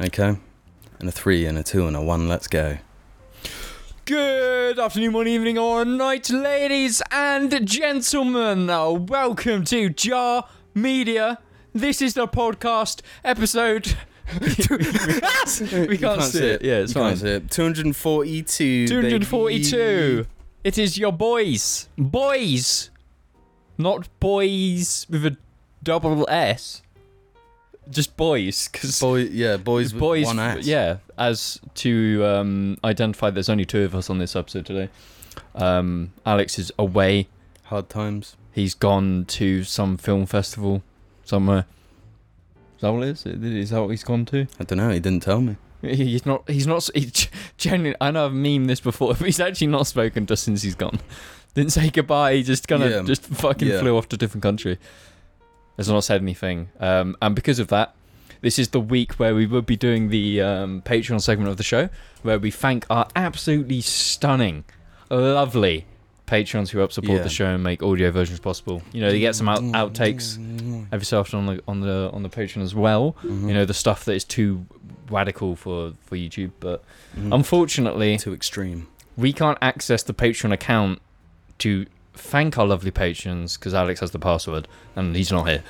Okay? And a three and a two and a one, let's go. Good afternoon, morning, evening, or night, ladies and gentlemen. Uh, Welcome to Jar Media. This is the podcast episode. we can't, You see it. Yeah, it's you fine. Can't see it. 242. 242. baby. It is your boys. Boys. Not boys with a double S. Just boys, because Boy, yeah, boys, with boys. one ass. Yeah, as to um, identify, there's only two of us on this episode today. Um, Alex is away. Hard times. He's gone to some film festival somewhere. Is that what it is? Is that what he's gone to? I don't know, he didn't tell me. He- He's not. He's not. He, g- genuinely, I know I've memed this before. But he's actually not spoken to us since he's gone. Didn't say goodbye. He just kind of Yeah. just fucking Yeah. flew off to a different country. Has not said anything. Um, and because of that, this is the week where we would be doing the um, Patreon segment of the show, where we thank our absolutely stunning, lovely patrons who help support Yeah. Mm. the show and make audio versions possible. You know, they get some out- outtakes Mm-hmm. every so often on the on the on the Patreon as well. You know, the stuff that is too radical for for YouTube, but Mhm. unfortunately, Too extreme. we can't access the Patreon account to thank our lovely patrons because Alex has the password and he's not here.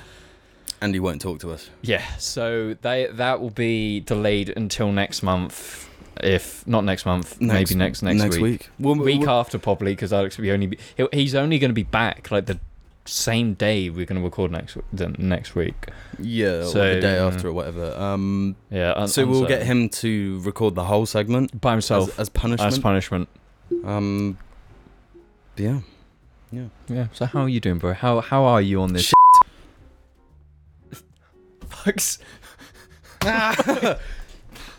And he won't talk to us. Yeah, so they that will be delayed until next month. If not next month, maybe next next, next week. week. Well, Week well, after probably because Alex will be only be, he'll, he's only going to be back like the same day we're going to record next the next week. yeah, or So, the day yeah. after or whatever. Um, Yeah, un- so we'll uncertain. get him to record the whole segment by as, himself as punishment. as punishment. um, yeah. Yeah. So how are you doing, bro? How how are you on this? Shit. Fucks.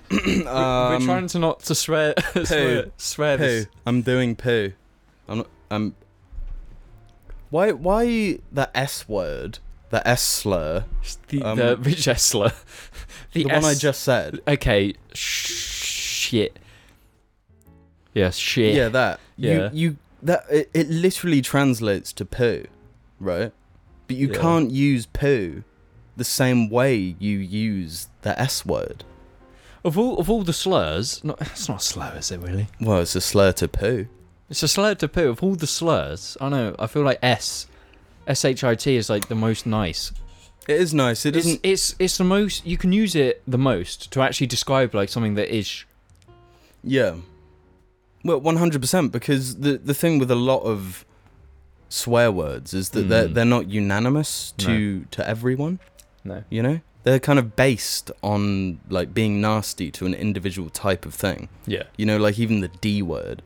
we're, Um, we're trying to not to swear. swear, swear poo. this. I'm doing poo. I'm not. I'm. Why? Why the S word? The S slur. It's The, Um, the Rich Essler. The, The, one I S- just said. Okay. Shit. Yeah. Shit. Yeah, that. Yeah. You. You. That. It, it literally translates to poo, right? But you Yeah. can't use poo the same way you use the S word. Of all of all the slurs, not, it's not a slur, is it really? Well, it's a slur to poo. It's a slur to poo. Of all the slurs, I know. I feel like S, S H I T is like the most nice. It is nice. It It's, isn't. it's it's the most you can use it the most to actually describe like something that is sh- Yeah. Well, one hundred percent. Because the the thing with a lot of swear words is that they're Mm. they're not unanimous to to everyone. no. You know, they're kind of based on like being nasty to an individual type of thing. Yeah. You know, like even the D word.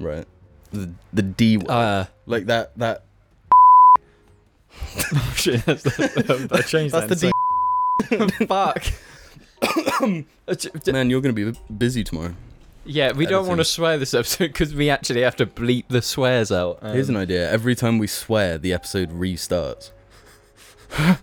Right. The the D word. Uh, like that that. oh, shit, that's the, I changed That's the that. the D. Fuck. Uh, j- j- Man, you're gonna be busy tomorrow. yeah, we don't want Editing. to swear this episode because we actually have to bleep the swears out. Um, Here's an idea. Every time we swear, the episode restarts.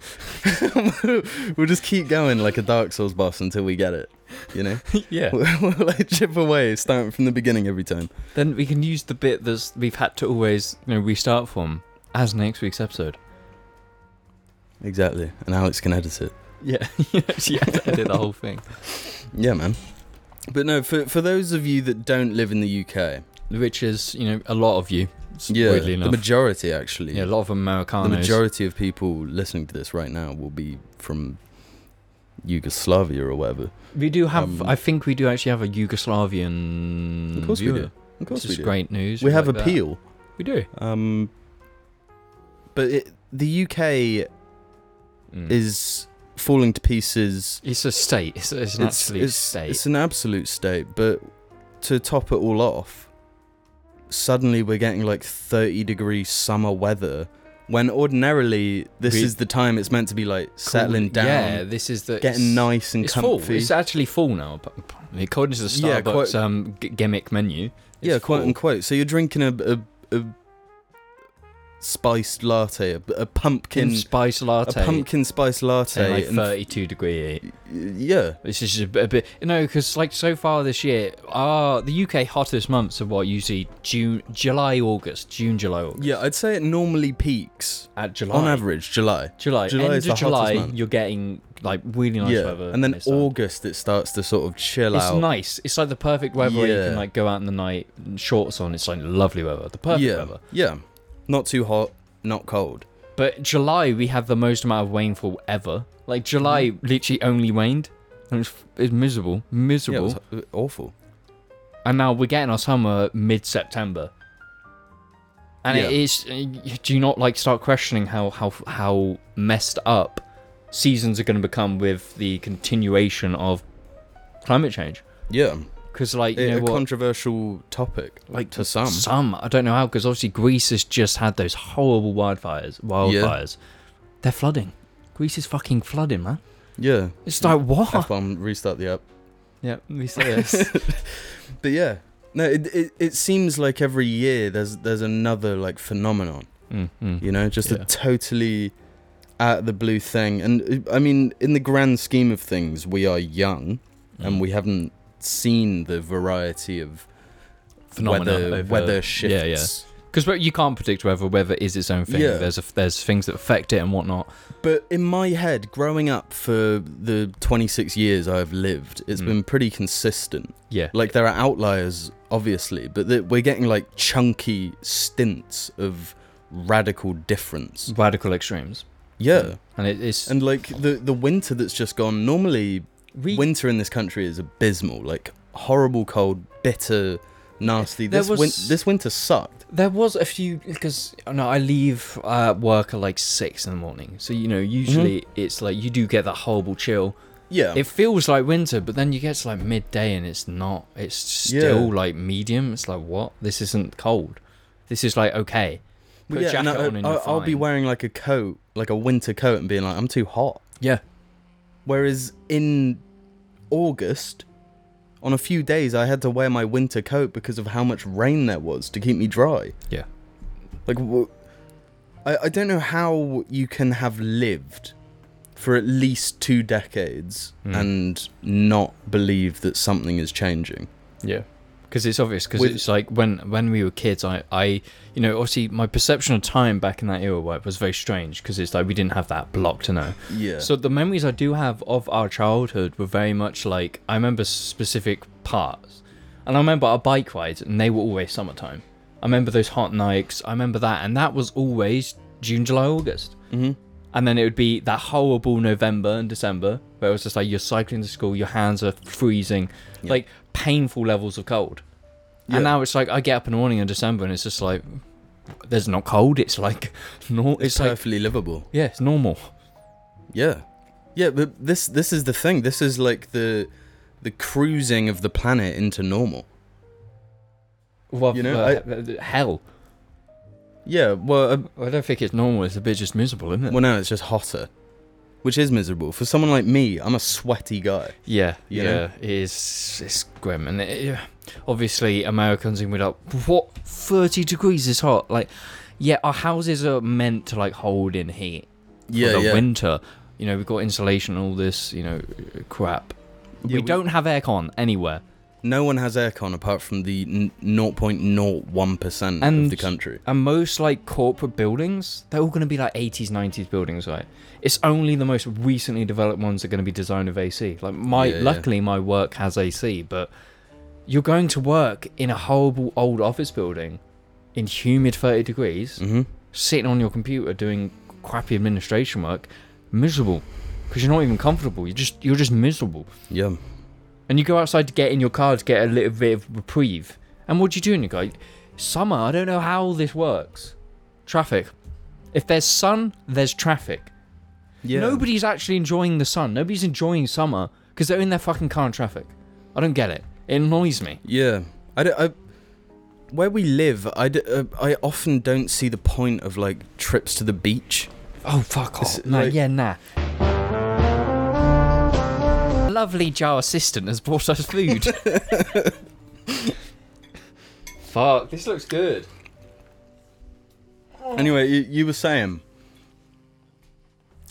we'll just keep going like a Dark Souls boss until we get it. You know? yeah. We'll, we'll like chip away, starting from the beginning every time. Then we can use the bit that's we've had to always you know restart from as next week's episode. Exactly. And Alex can edit it. Yeah, yeah, I did the whole thing. Yeah, man. But no, for, for those of you that don't live in the UK, Which is you know a lot of you. s- yeah, weirdly the enough. majority actually, yeah, a lot of the Americanos. majority of people listening to this right now will be from Yugoslavia or whatever. we do have. um, I think we do actually have a Yugoslavian. Of course we viewer, do. Of course Which we is do. great news. We have like that. appeal. We do. Um, but it, the UK Mm. is falling to pieces. It's a state. It's, it's an it's, absolute it's, state. it's an absolute state. But to top it all off, suddenly we're getting like 30 degree summer weather when ordinarily this We- is the time it's meant to be like settling down, Yeah, this is the getting it's, nice and It's full. comfy. It's actually full now. but- but According to the Yeah, Starbucks quite- um, g- gimmick menu. it's yeah, quote full. unquote. So you're drinking a, a, a spiced latte, a, a pumpkin, Pumpkin spice latte. a pumpkin spice in, latte, like and f- 32 degree heat. yeah, This is a bit, a bit you know, because like so far this year, ah, the UK hottest months are what usually June, July, August, June, July, August. yeah. I'd say it normally peaks At July, on average July. July, July end is of the hottest July, month. you're getting like really nice yeah, weather, and then it's done. August it starts to sort of chill It's out. nice. It's like the perfect weather where you can Yeah. like go out in the night, shorts on. It's like lovely weather, the perfect yeah, weather. yeah, not too hot, not cold. But July, we had the most amount of rainfall ever. Like July, Mm-hmm. literally only waned. And it's, it's miserable, Yeah, it miserable. was h- uh, awful. and now we're getting our summer mid-September. And it Yeah. is. Do you not like start questioning how how how messed up seasons are going to become with the continuation of climate change? Yeah, Because like you It- know a what, controversial topic, Like, like um. to some. some I don't know how because obviously Greece has just had those horrible wildfires. Wildfires. They're flooding. Greece is fucking flooding, man. Yeah, It's like what? F bomb, restart the app. yeah, we say this. But yeah, no, it, it it seems like every year there's there's another like phenomenon. mm, mm. You know, just Yeah. a totally out of the blue thing. And uh, I mean, in the grand scheme of things, we are young Mm. and we haven't seen the variety of Phenomena weather over- weather Yeah, yeah. shifts. Because you can't predict weather. Weather is its own thing. Yeah. There's a, there's things that affect it and whatnot. But in my head, growing up for the 26 years I've lived, it's Mm. been pretty consistent. Yeah. Like there are outliers, obviously, but that we're getting like chunky stints of radical difference. Radical extremes. Yeah. And it, it's And like the the winter that's just gone, normally we, winter in this country is abysmal, like horrible cold, bitter, nasty. There This was- win- this winter sucked. there was a few because no, I leave uh, work at like six in the morning. So you know, usually it's like you do get that horrible chill. Mm-hmm. Yeah. It feels like winter, but then you get to like midday and it's not. It's still like medium. It's like what? This isn't cold. This is like okay. Put But a jacket and I, on and I, you're I'll be fine. wearing like a coat, like a winter coat and being like I'm too hot. Yeah. Whereas in August, on a few days, I had to wear my winter coat because of how much rain there was to keep me dry. Yeah. Like, wh- I, I don't know how you can have lived for at least two decades Hmm. and not believe that something is changing. Yeah, because it's obvious. Because With- it's like when when we were kids, I I you know obviously my perception of time back in that era right, was very strange because it's like we didn't have that block to know. Yeah. So the memories I do have of our childhood were very much like I remember specific parts, and I remember our bike rides, and they were always summertime. I remember those hot nights. I remember that, and that was always June, July, August. hmm And then it would be that horrible November and December where it was just like you're cycling to school, your hands are freezing, Yeah. like painful levels of cold. Yeah. And now it's like I get up in the morning in December and it's just like there's not cold. It's like no, it's, It's, like perfectly livable. yeah, it's normal. Yeah. Yeah, but this this is the thing. This is like the the cruising of the planet into normal. Well, You know, uh, hell. Yeah, well, uh, I don't think it's normal. It's a bit just miserable, isn't it? Well, no, it's just hotter, which is miserable for someone like me. I'm a sweaty guy. yeah, you yeah, know? it is. It's grim, and it, yeah. obviously Americans in like what thirty degrees is hot. Like, yeah, our houses are meant to like hold in heat. for the winter. You know, we've got insulation and all this, you know, crap. we, we- don't have aircon anywhere. No one has aircon apart from the n- 0.01 percent And- of the country. And most like corporate buildings, they're all going to be like 80s, 90s buildings, right? It's only the most recently developed ones that are going to be designed with AC. Like my, Yeah, yeah. luckily, my work has AC, but you're going to work in a horrible old office building in humid 30 degrees, Mm-hmm. sitting on your computer doing crappy administration work, miserable, because you're not even comfortable. You're just you're just miserable. Yeah. and you go outside to get in your car to get a little bit of reprieve. And what do you do? And you go, summer. I don't know how this works. Traffic. If there's sun, there's traffic. Yeah. Nobody's actually enjoying the sun. Nobody's enjoying summer because they're in their fucking car in traffic. I don't get it. It annoys me. Yeah. I, d- I- where we live, I, d- uh, I often don't see the point of like trips to the beach. Oh fuck It's off. No, like- yeah, nah. Lovely jar assistant has brought us food. fuck, this looks good. Anyway, you, you were saying.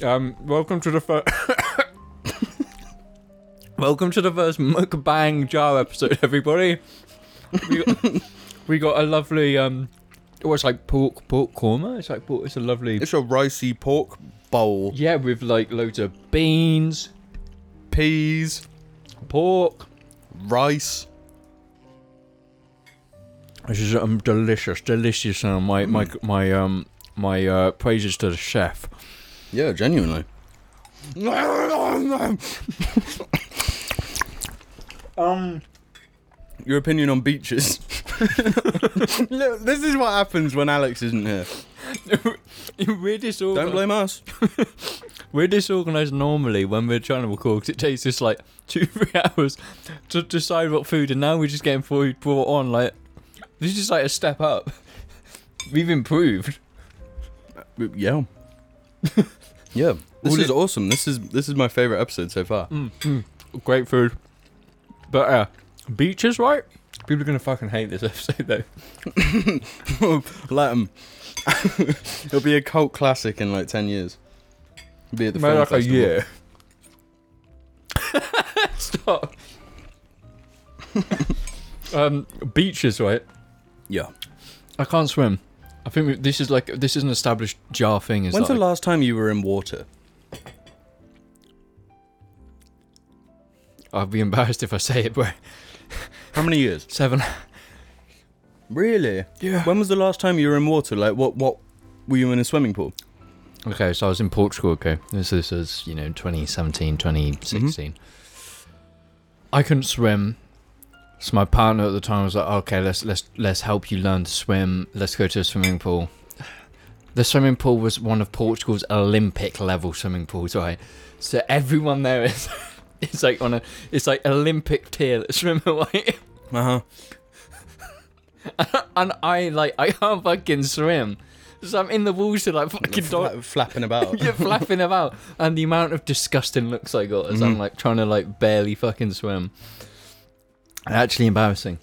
Um, welcome to the first. welcome to the first mukbang jar episode, everybody. We got, we got a lovely um, oh, it's like pork pork korma. It's like pork, it's a lovely It's a ricey pork bowl. yeah with like loads of beans, Peas, pork. rice. This is um delicious, delicious. Um, my my my um my uh praises to the chef. Yeah, genuinely. Um, Your opinion on beaches. Look, this is what happens when Alex isn't here. we're disorganized. Don't blame us. We're disorganized normally when we're trying to record 'cause it takes us like two, three hours to decide what food, and now we're just getting food brought on. Like, this is like a step up. We've improved. Yeah. yeah. Mm. This All is it- awesome. This is this is my favorite episode so far. Great food. But, uh, beaches, right? People are gonna fucking hate this episode though. Let 'em. It'll be a cult classic in like 10 years. Be at the Maybe film like a festival. year. Stop. um, beaches, right? Yeah. I can't swim. I think we, this is like this is an established jar thing. Is When's that the last time you were in water? I'd be embarrassed if I say it, bro. How many years? Seven. Really? Yeah. When was the last time you were in water? Like what what were you in a swimming pool? Okay, so I was in Portugal. Okay, this this is you know 2017, 2016. I couldn't swim. So my partner at the time was like, "Oh, "Okay, let's let's let's help you learn to swim. Let's go to a swimming pool." The swimming pool was one of Portugal's Olympic level swimming pools, right? So everyone there is, it's like on a, it's like Olympic tier swimming, right? Uh-huh. And I like, I can't fucking swim, so I'm in the water like fucking dog, Fla- flapping about. You're flapping about, and the amount of disgusting looks I got as Mm. I'm like trying to like barely fucking swim. Actually embarrassing,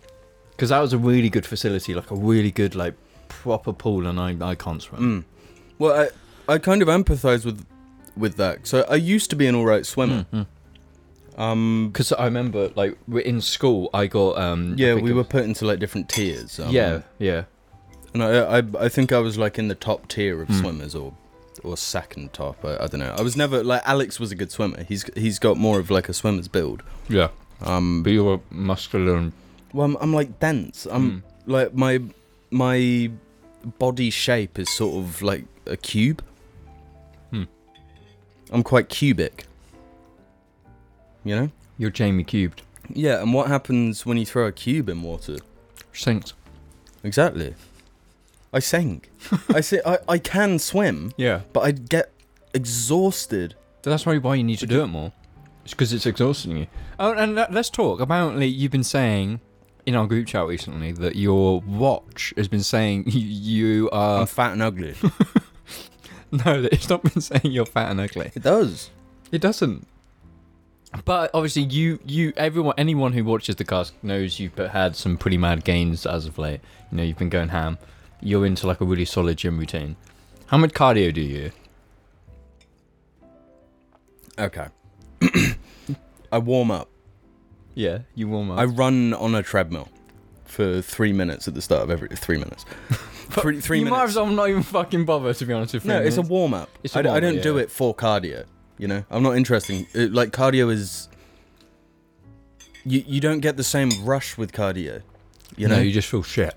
because that was a really good facility, like a really good like proper pool, and I I can't swim. Mm. Well, I, I kind of empathize with with that. So I used to be an all right swimmer. Hmm. Um, Because Mm, I remember like we're in school, I got um I yeah, think we it were was- put into like different tiers. Um, yeah yeah and I, I I think I was like in the top tier of Hmm. swimmers or or second top. I, I don't know. I was never like Alex was a good swimmer. He's he's got more of like a swimmer's build. yeah. Um, But you were muscular and well, I'm, I'm like dense. I'm Mm. like my my body shape is sort of like a cube. Hmm. I'm quite cubic. You know. you're Jamie cubed. Yeah, and what happens when you throw a cube in water? Sinks. Exactly. I sink. I say I, I can swim, Yeah, but I get exhausted. that's probably why you need to do it more. It's because it's exhausting you. Oh, and let- let's talk. Apparently, you've been saying in our group chat recently that your watch has been saying you, you I'm are. fat and ugly. No, that it's not been saying you're fat and ugly. it does. It doesn't. But obviously, you, you, everyone, anyone who watches the cast knows you've had some pretty mad gains as of late. You know, you've been going ham. You're into like a really solid gym routine. How much cardio do you? Okay. I warm up. Yeah, you warm up. I run on a treadmill for three minutes at the start of every three minutes. three three you might minutes. as well not even fucking bother, to be honest with you. no, it's a warm up. It's a I, d- I warm-up, don't do yeah. it for cardio. You know, I'm not interesting. It, like cardio is. You you don't get the same rush with cardio. You know, no, you just feel shit.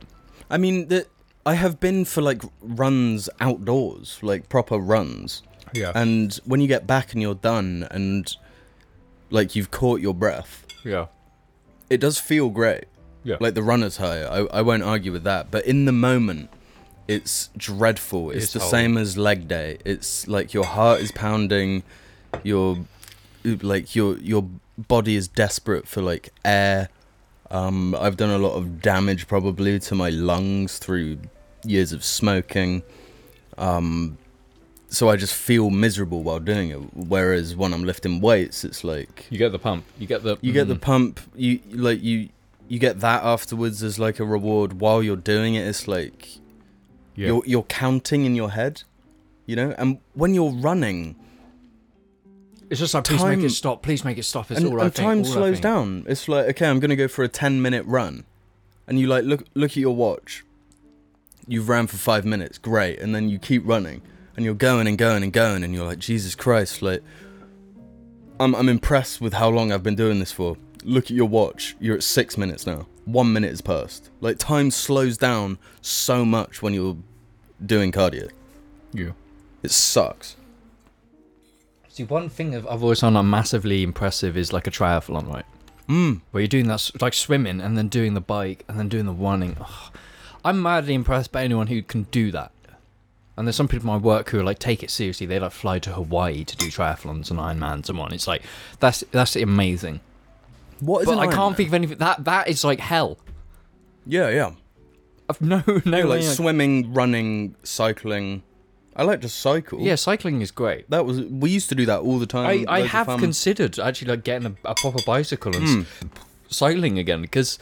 I mean, the, I have been for like runs outdoors, like proper runs. Yeah. And when you get back and you're done and like you've caught your breath, yeah. it does feel great. Yeah. Like the runner's high. I, I won't argue with that. But in the moment, it's dreadful. It's, It's the horrible. same as leg day. It's like your heart is pounding, your like your your body is desperate for like air. Um, I've done a lot of damage probably to my lungs through years of smoking. Um, so I just feel miserable while doing it. Whereas when I'm lifting weights, it's like You get the pump. You get the. mm. you get the pump you like you you get that afterwards as like a reward while you're doing it it's like Yeah. You're you're counting in your head, you know. And when you're running, it's just like, please time- make it stop. Please make it stop. It's and, all and I think. time all I slows think. down. It's like okay, I'm gonna go for a ten minute run, and you like look look at your watch. You've ran for five minutes, great, and then you keep running, and you're going and going and going, and you're like Jesus Christ, like I'm I'm impressed with how long I've been doing this for. Look at your watch. You're at six minutes now. One minute has passed. Like time slows down so much when you're doing cardio. Yeah. It sucks. See, one thing I've I've always found like massively impressive is like a triathlon, right? Mm. Where you're doing that, s- like swimming, and then doing the bike, and then doing the running. Oh, I'm madly impressed by anyone who can do that. And there's some people at my work who are like take it seriously. They like fly to Hawaii to do triathlons and Ironmans and one. It's like that's that's amazing. What is but an I can't Ironman? think of anything that that is like hell. Yeah, yeah. I've no no Yeah, like way I- swimming, running, cycling. I like to cycle. yeah, cycling is great. That was we used to do that all the time. I, I loads of have fun. considered actually like getting a, a proper bicycle and s cycling again because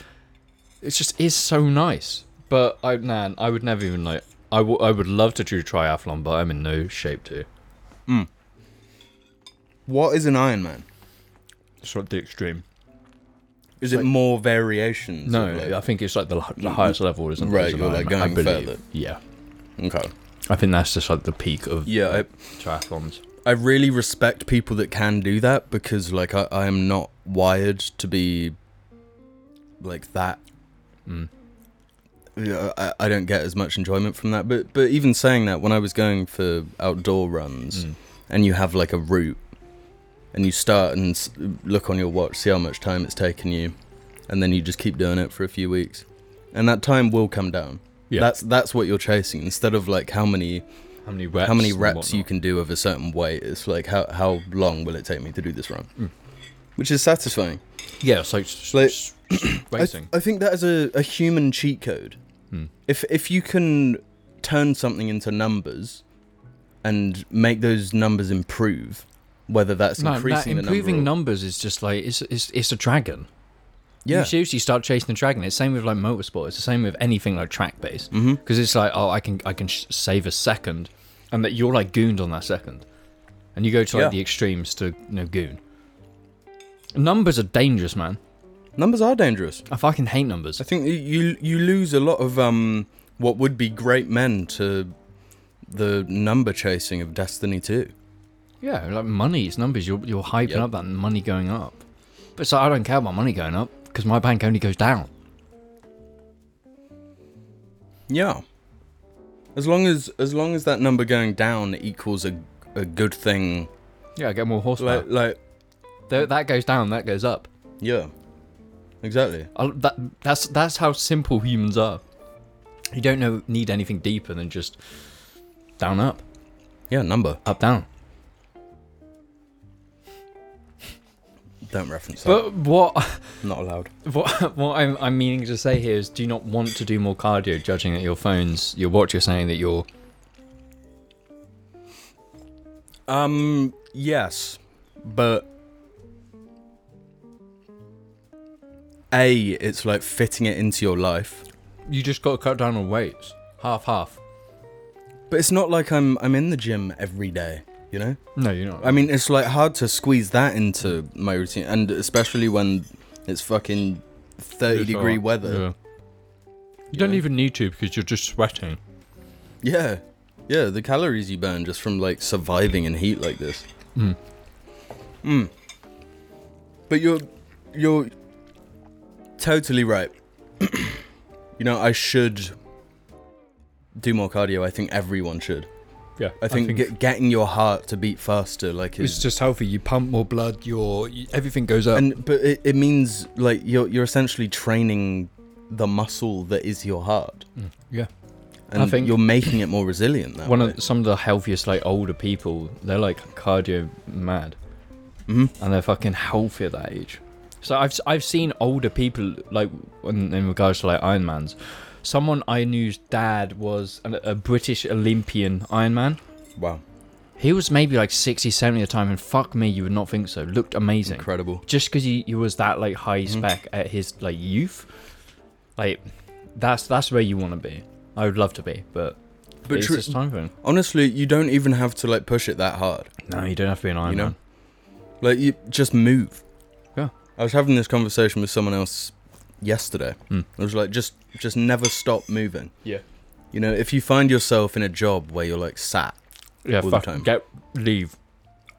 it just is so nice. But I man, I would never even like. I, w- I would love to do triathlon, but I'm in no shape to. what is an Ironman? It's not the extreme. Is it more variations? No, of, like- Mm-hmm. I think it's like the, hi- the highest level, isn't it? Right, is an you're, like, Ironman, going I believe. further. Yeah, okay. I think that's just like the peak of Yeah, triathlons. I, I really respect people that can do that because like I, I am not wired to be like that. Yeah, I, I don't get as much enjoyment from that. But but even saying that, when I was going for outdoor runs, and you have like a route, and you start and s- look on your watch, see how much time it's taken you, and then you just keep doing it for a few weeks, and that time will come down. Yeah. That's that's what you're chasing instead of like how many How many reps? how many and reps you whatnot. can do of a certain weight. It's like how how long will it take me to do this run, which is satisfying. Yeah, it's like, s- Like- s- s- I, th- racing. I think that is a, a human cheat code. If if you can turn something into numbers and make those numbers improve, whether that's No, that increasing improving the number, or- numbers is just like it's, it's it's a dragon. yeah, You seriously start chasing the dragon. It's the same with like motorsport. It's the same with anything like track based. Mm-hmm. Because it's like, oh, I can I can sh- save a second, and that you're like gooned on that second, and you go to like Yeah. the extremes to you know goon. Numbers are dangerous, man. numbers are dangerous. I fucking hate numbers. I think you- you you lose a lot of um what would be great men to the number chasing of Destiny Two. Yeah, like money, it's numbers. You're you're hyping Yep. up that money going up, but so I don't care about money going up because my bank only goes down. Yeah. As long as as long as that number going down equals a a good thing, Yeah, I get more horsepower. like like Th- that goes down, that goes up. yeah, exactly. I, that that's that's how simple humans are. You don't know need anything deeper than just down up, Yeah, number. up down. Don't reference that. But what Not allowed. what what I'm, I'm meaning to say here is, do you not want to do more cardio? Judging that your phones, your watch, you're saying that you're Um. Yes, but a it's like fitting it into your life. you just got to cut down on weights, half half. But it's not like I'm I'm in the gym every day. You know. No, you're not. I mean, it's like hard to squeeze that into my routine, and especially when it's fucking thirty degree weather. Yeah. You don't even need to because you're just sweating. Yeah. Yeah, the calories you burn just from like surviving in heat like this. Mm. But you're you're totally right. you know, I should do more cardio. I think everyone should. Yeah, I think, get- getting your heart to beat faster like is it's just healthy. You pump more blood. Your you- everything goes up. and but it, it means like you're you're essentially training the muscle that is your heart. yeah. And think- you're making it more resilient that one way. of some of the healthiest like older people they're like cardio mad and they're fucking healthy at that age so i've i've seen older people like in, in regards to like ironmans someone i knew's dad was an, a british olympian ironman wow. he was maybe like 60 70 at the time and fuck me you would not think so looked amazing Incredible. just because he, he was that like high spec at his like youth like that's that's where you want to be i would love to be but But it's tru- just time thing. honestly, you don't even have to like push it that hard. No, you don't have to be an Iron You know? Man. Like you just move. Yeah. I was having this conversation with someone else yesterday. Mm. I was like, just just never stop moving. Yeah. You know, if you find yourself in a job where you're like sat, Yeah, All the fuck, time. get leave,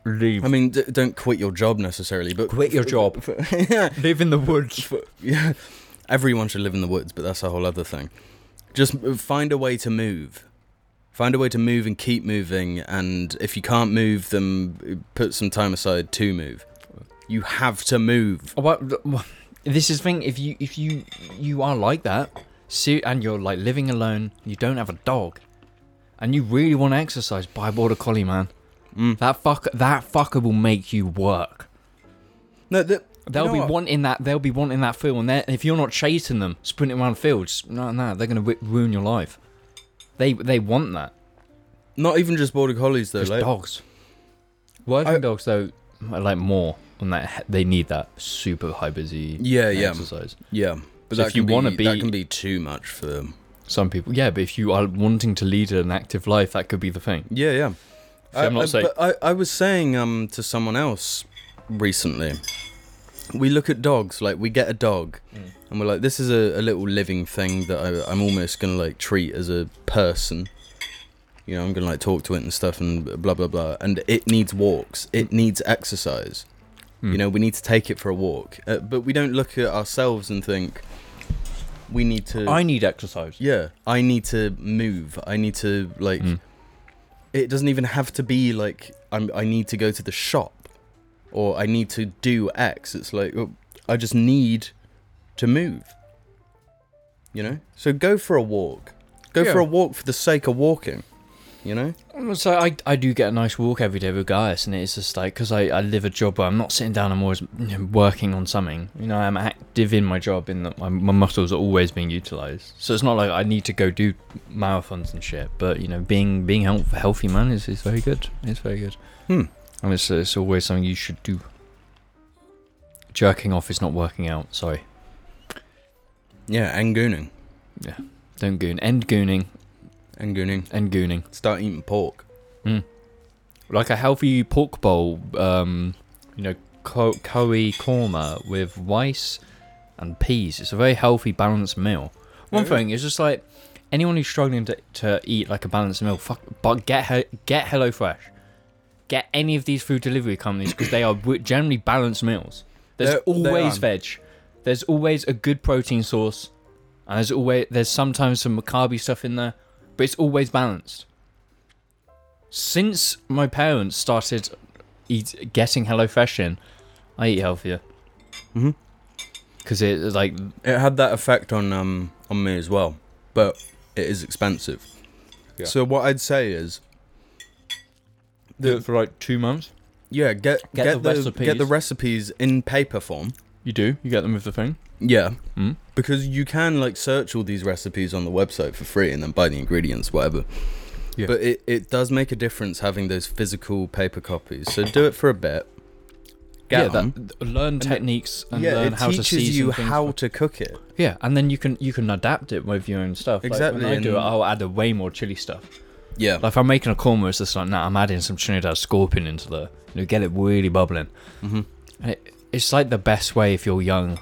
leave. I mean, d- don't quit your job necessarily, but Quit your job. yeah, live in the woods. yeah. Everyone should live in the woods, but that's a whole other thing. Just m- find a way to move. Find a way to move and keep moving. And if you can't move, then uh, put some time aside to move. You have to move. Well, th- this is the thing. If you if you you are like that, see, and you're like living alone, you don't have a dog, and you really want to exercise, buy a border collie, man. Mm. That fuck that fucker will make you work. No, th- you They'll know be what? wanting that. They'll be wanting that field, and they're- if you're not chasing them, sprinting around fields, no, no, they're gonna wi- ruin your life. They they want that. Not even just border collies though. Just Like, dogs. Working I- dogs though, I like more on that. They need that super high busy yeah, yeah, exercise. yeah. But So that if you can wanna that be- can be too much for them. Some people, yeah, but if you are wanting to lead an active life, that could be the thing. Yeah, yeah. See, I'm not saying- But I, I was saying um to someone else recently. We look at dogs like we get a dog, Mm. and we're like, this is a, a little living thing that I, I'm almost gonna like treat as a person. You know, I'm gonna like talk to it and stuff and blah blah blah. And it needs walks. It needs exercise. Mm. You know, we need to take it for a walk. Uh, but we don't look at ourselves and think we need to. I need exercise. Yeah, I need to move. I need to like. Mm. It doesn't even have to be like I'm. I need to go to the shop, or I need to do X. It's like oh, I just need to move. You know. So go for a walk. Go Yeah. for a walk for the sake of walking. You know. Um, So I, I do get a nice walk every day with Gaius, and it's just like because I, I live a job where I'm not sitting down. I'm always you know, working on something. You know, I'm active in my job, in that my, my muscles are always being utilized. So it's not like I need to go do marathons and shit. But you know, being being health, healthy man is, is very good. It's very good. Hmm. And it's it's always something you should do. Jerking off is not working out. Sorry, Yeah, and gooning, don't goon. End gooning. and gooning. End gooning. Start eating pork. like a healthy pork bowl, um, you know, co- curry korma with rice and peas. It's a very healthy, balanced meal. One Yeah. thing is just like anyone who's struggling to, to eat like a balanced meal, fuck, but get he- get HelloFresh, get any of these food delivery companies because they are w- generally balanced meals. There's They're- they always are. veg. There's always a good protein source, and there's always there's sometimes some macabre stuff in there, but it's always balanced since my parents started eat, getting HelloFresh in, I eat healthier. Mm-hmm. Mhm. Because it like it had that effect on um on me as well, but it is expensive. Yeah. So what I'd say is do it for like two months. Yeah, get Get get, the the, recipes. get the recipes in paper form. You do. You get them with the thing. Yeah, Mm. because you can like search all these recipes on the website for free and then buy the ingredients, whatever. Yeah. But it, it does make a difference having those physical paper copies. So do it for a bit. Get yeah, 'em. that, learn techniques and yeah, learn it how to teaches season you things. how to cook it. yeah, and then you can you can adapt it with your own stuff. Like, Exactly, when I do it, and- I'll add a way more chili stuff. Yeah, Like if I'm making a korma, it's just like nah, I'm adding some Trinidad scorpion into the you know get it really bubbling. Mm-hmm. Mhm. And It, it's like the best way if you're young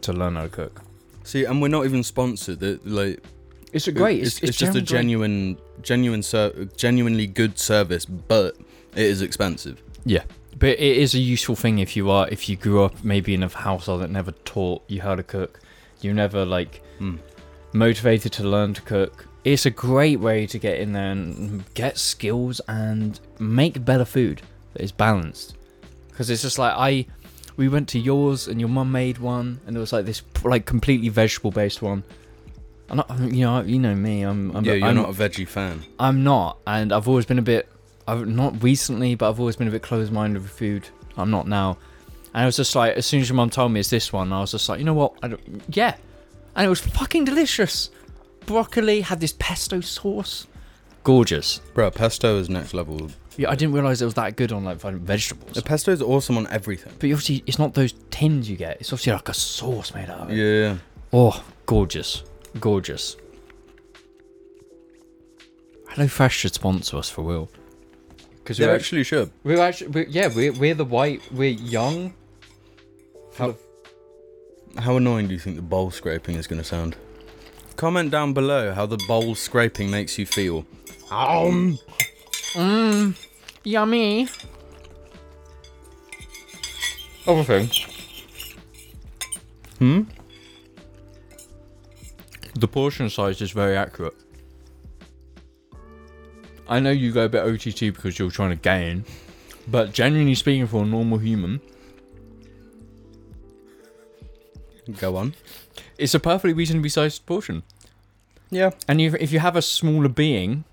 to learn how to cook. see, and we're not even sponsored. The- Like It's a It's, it's just a genuine, genuine, ser- genuinely good service, but it is expensive. Yeah, but it is a useful thing if you are if you grew up maybe in a household that never taught you how to cook, you never like Mm. motivated to learn to cook. It's a great way to get in there and get skills and make better food that is balanced. Because it's just like I, we went to yours and your mum made one, and it was like this like completely vegetable based one. And I, you know, you know me. I'm, I'm yeah, you're I'm, not a veggie fan. I'm not, and I've always been a bit, I've not recently, but I've always been a bit closed-minded with food. I'm not now, and I was just like, as soon as your mum told me it's this one, I was just like, you know what? I don't, yeah, and it was fucking delicious. Broccoli had this pesto sauce, gorgeous. Bro, pesto is next level. Yeah, I didn't realize it was that good on like fucking vegetables. The pesto is awesome on everything. But obviously, it's not those tins you get. It's obviously like a sauce made out of it. Yeah. Oh, gorgeous, gorgeous. HelloFresh should sponsor us for real. Because They we're, actually, actually should. we're actually, we're, yeah, we're, we're the white, we're young. full of- How annoying do you think the bowl scraping is going to sound? Comment down below how the bowl scraping makes you feel. Um, Yummy. Other thing. Hmm? The portion size is very accurate. I know you go a bit OTT because you're trying to gain, but genuinely speaking, for a normal human, Go on. it's a perfectly reasonably sized portion. Yeah. And if, if you have a smaller being,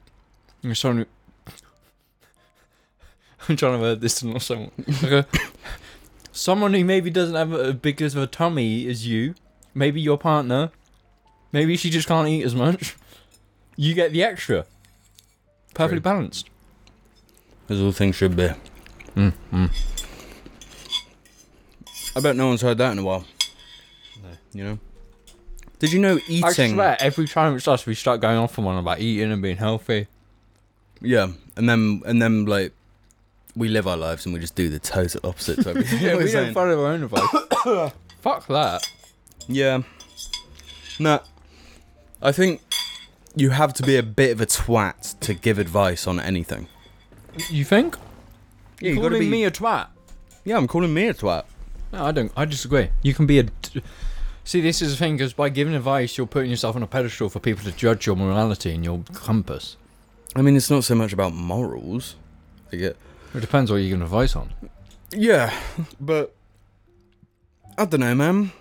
you're trying to. I'm trying to word this to not someone. Okay. someone who maybe doesn't have a big as of a tummy as you, maybe your partner, maybe she just can't eat as much. You get the extra. Perfectly True. balanced. As all things should be. Hmm, I bet no one's heard that in a while. No. You know? Did you know I eating. swear, every time it's us, we start going off on one about eating and being healthy. Yeah. And then, and then, like, we live our lives and we just do the total opposite to everything. Yeah, we're we don't saying. follow our own advice. Fuck that. Yeah. Nah. I think you have to be a bit of a twat to give advice on anything. You think? Yeah, You're you gotta calling be- me a twat. Yeah, I'm calling me a twat. No, I don't. I disagree. You can be a. d- See, this is the thing, because by giving advice, you're putting yourself on a pedestal for people to judge your morality and your compass. I mean, it's not so much about morals. I get. It depends what you're going to advise on. Yeah, but I don't know, man.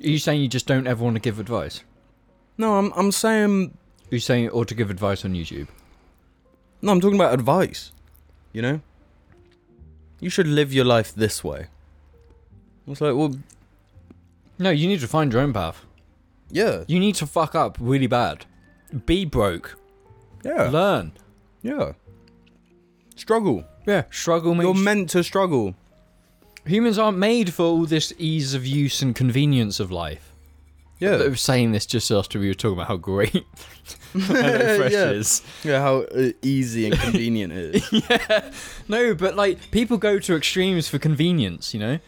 Are you saying you just don't ever want to give advice? No, I'm I'm saying Are you saying or to give advice on YouTube? no. I'm talking about advice. You know. You should live your life this way. It's like, well, No, you need to find your own path. yeah, You need to fuck up really bad. Be broke. yeah, Learn. yeah. Struggle. Yeah, struggle. Make You're meant to struggle. Humans aren't made for all this ease of use and convenience of life. I Yeah, was saying this just after we were talking about how great HelloFresh Yeah. is. yeah. How uh, easy and convenient it is. No, but like people go to extremes for convenience, you know.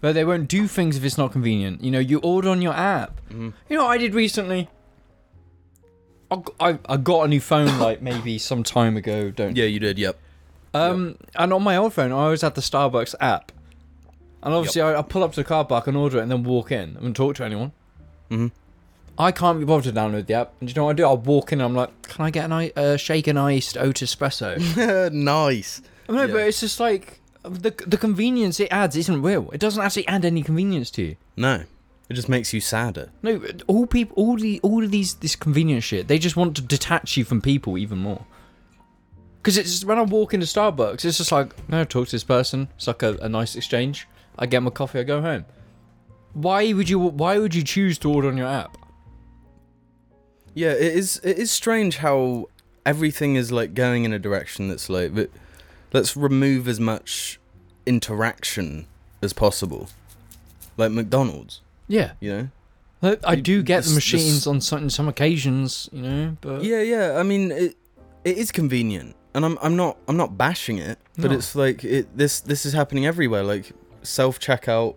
But they won't do things if it's not convenient. You know, you order on your app. You know what I did recently? I, g- I- I got a new phone like maybe some time ago, don't Yeah, you did. Yep. Um, And on my old phone, I always had the Starbucks app. And obviously, I, I pull up to the car park and order it and then walk in and talk to anyone. Mhm. I can't be bothered to download the app. And do you know what I do? I walk in and I'm like, can I get an I- uh, shake and iced oat espresso? nice. No, Yeah. but it's just like the the convenience it adds isn't real. It doesn't actually add any convenience to you. No, it just makes you sadder. No, all people, all the, all of these, this convenience shit. They just want to detach you from people even more. Because it's when I walk into Starbucks, it's just like no, talk to this person. It's like a, a nice exchange. I get my coffee, I go home. Why would you? Why would you choose to order on your app? Yeah, it is. It is strange how everything is like going in a direction that's like, but let's remove as much interaction as possible. Like McDonald's, Yeah, you know. I I do get this- the machines this- on certain some occasions, you know. But Yeah, yeah. I mean, it it is convenient, and I'm I'm not I'm not bashing it, but No. it's like it this this is happening everywhere, like self checkout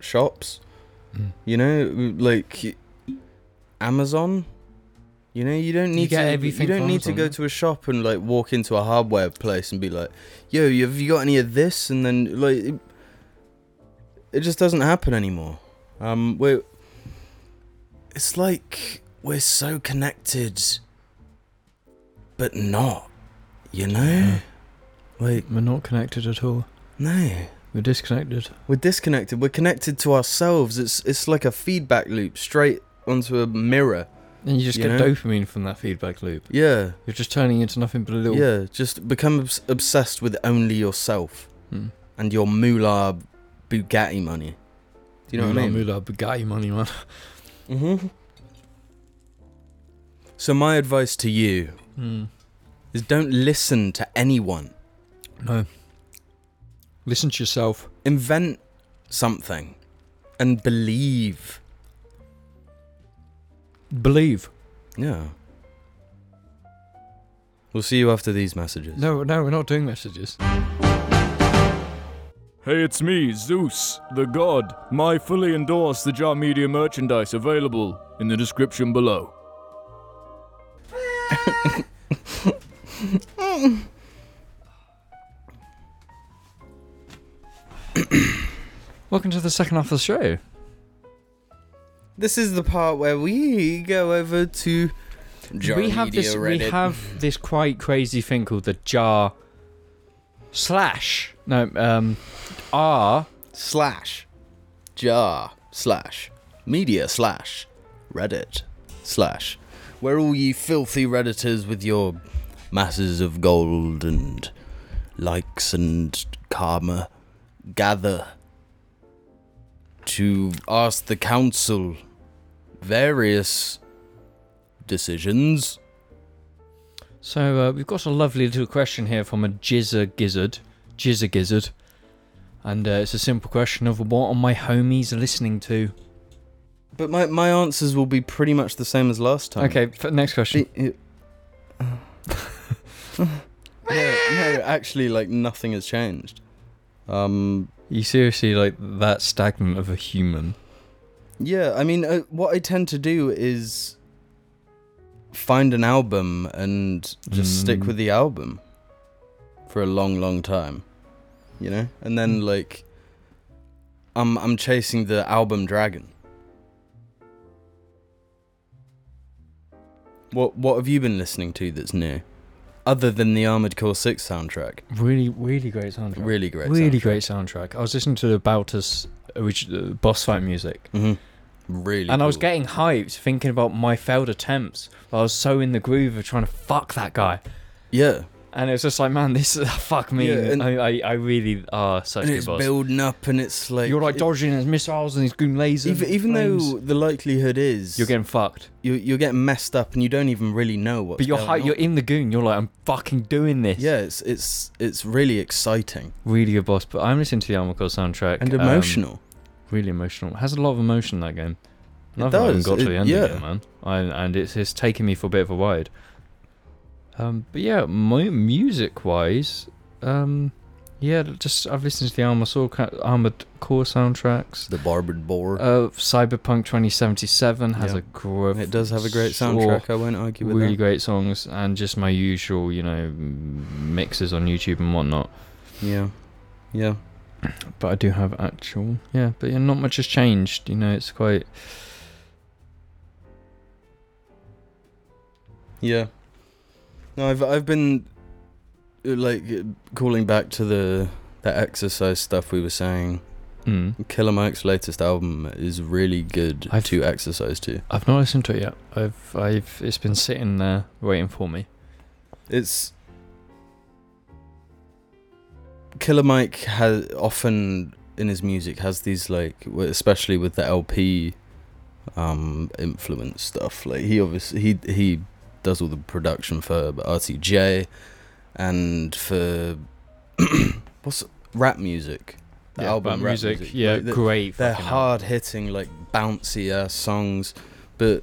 shops, Mm. you know, like Amazon. You know, you don't need get to. everything you don't from need to Amazon, go yeah. to a shop and like walk into a hardware place and be like, "Yo, have you got any of this?" And then like, it, it just doesn't happen anymore. Um, we're it's like we're so connected, but not. You know, like we're not connected at all. no, We're disconnected. we're disconnected. We're connected to ourselves. It's it's like a feedback loop straight onto a mirror. And you just You get know? dopamine from that feedback loop. Yeah. You're just turning into nothing but a little. Yeah, just become obs- obsessed with only yourself Hmm. and your moolah Bugatti money. Do you know what I mean? Moolah, moolah, Bugatti money, man. Mm-hmm. So my advice to you Mm. is don't listen to anyone. No. Listen to yourself. Invent something and believe. Believe. Yeah. We'll see you after these messages. No, no, we're not doing messages. Hey, it's me, Zeus, the god. My fully endorse the Jar Media merchandise available in the description below. Welcome to the second half of the show. This is the part where we go over to. Jar we have Media this. We Reddit. have this quite crazy thing called the jar slash. No, um, R. slash jar slash media slash reddit slash where all ye filthy redditors with your masses of gold and likes and karma gather to ask the council various decisions So uh, we've got a lovely little question here from a Jizza Gizzard. Jizza Gizzard. And uh, it's a simple question of what are my homies listening to? but my, my answers will be pretty much the same as last time Okay, f- next question. She- it- no, no, actually, like nothing has changed. Um, You seriously like that stagnant of a human? yeah, I mean, uh, what I tend to do is find an album and just stick Mm. with the album for a long, long time, you know, and then Mm. like, I'm I'm chasing the album dragon. What what have you been listening to that's new, other than the Armored Core Six soundtrack? Really, really great soundtrack. Really great. really great soundtrack. I was listening to the Baltus, which uh, boss fight music, hmm Really. and I was cool. getting hyped thinking about my failed attempts. I was so in the groove of trying to fuck that guy, yeah, and it was just like, man, this ah, fuck me. Yeah, and- I, I, I really are such and good it's boss. building up, and it's like you're like it- dodging his missiles and his goon lasers. even, and even flames. though the likelihood is you're getting fucked, you're, you're getting messed up, and you don't even really know what. but you're hy- you're in the goon. You're like, I'm fucking doing this. Yeah, it's it's it's really exciting really good boss. But I'm listening to the Armored Core soundtrack and um, emotional. really emotional. It has a lot of emotion that game. And It I've not even does, got to it- the end yeah. of it, man. I, and it's it's taking me for a bit of a ride. Um, but yeah, my music wise, um, yeah, just I've listened to the Armored, Sword, Armored Core soundtracks. the Barbered Boar. Uh, Cyberpunk 2077 has Yeah. a gr- it does have a great sure, soundtrack. I won't argue with really that. great songs, and just my usual, you know, mixes on YouTube and whatnot. Yeah, yeah. but I do have actual. Yeah, but yeah, not much has changed. You know, it's quite. Yeah. No, I've I've been uh, like uh, calling back to the the exercise stuff we were saying. Mm. Killer Mike's latest album is really good I've- to exercise to. I've not listened to it yet. I've, I've, it's been sitting there waiting for me. It's Killer Mike has often in his music has these like, w- especially with the LP um influence stuff. Like he obviously he he does all the production for RTJ and for what's rap music. The album But rap music, music, yeah, like, the- great. they're fucking hard hitting like bouncy ass songs but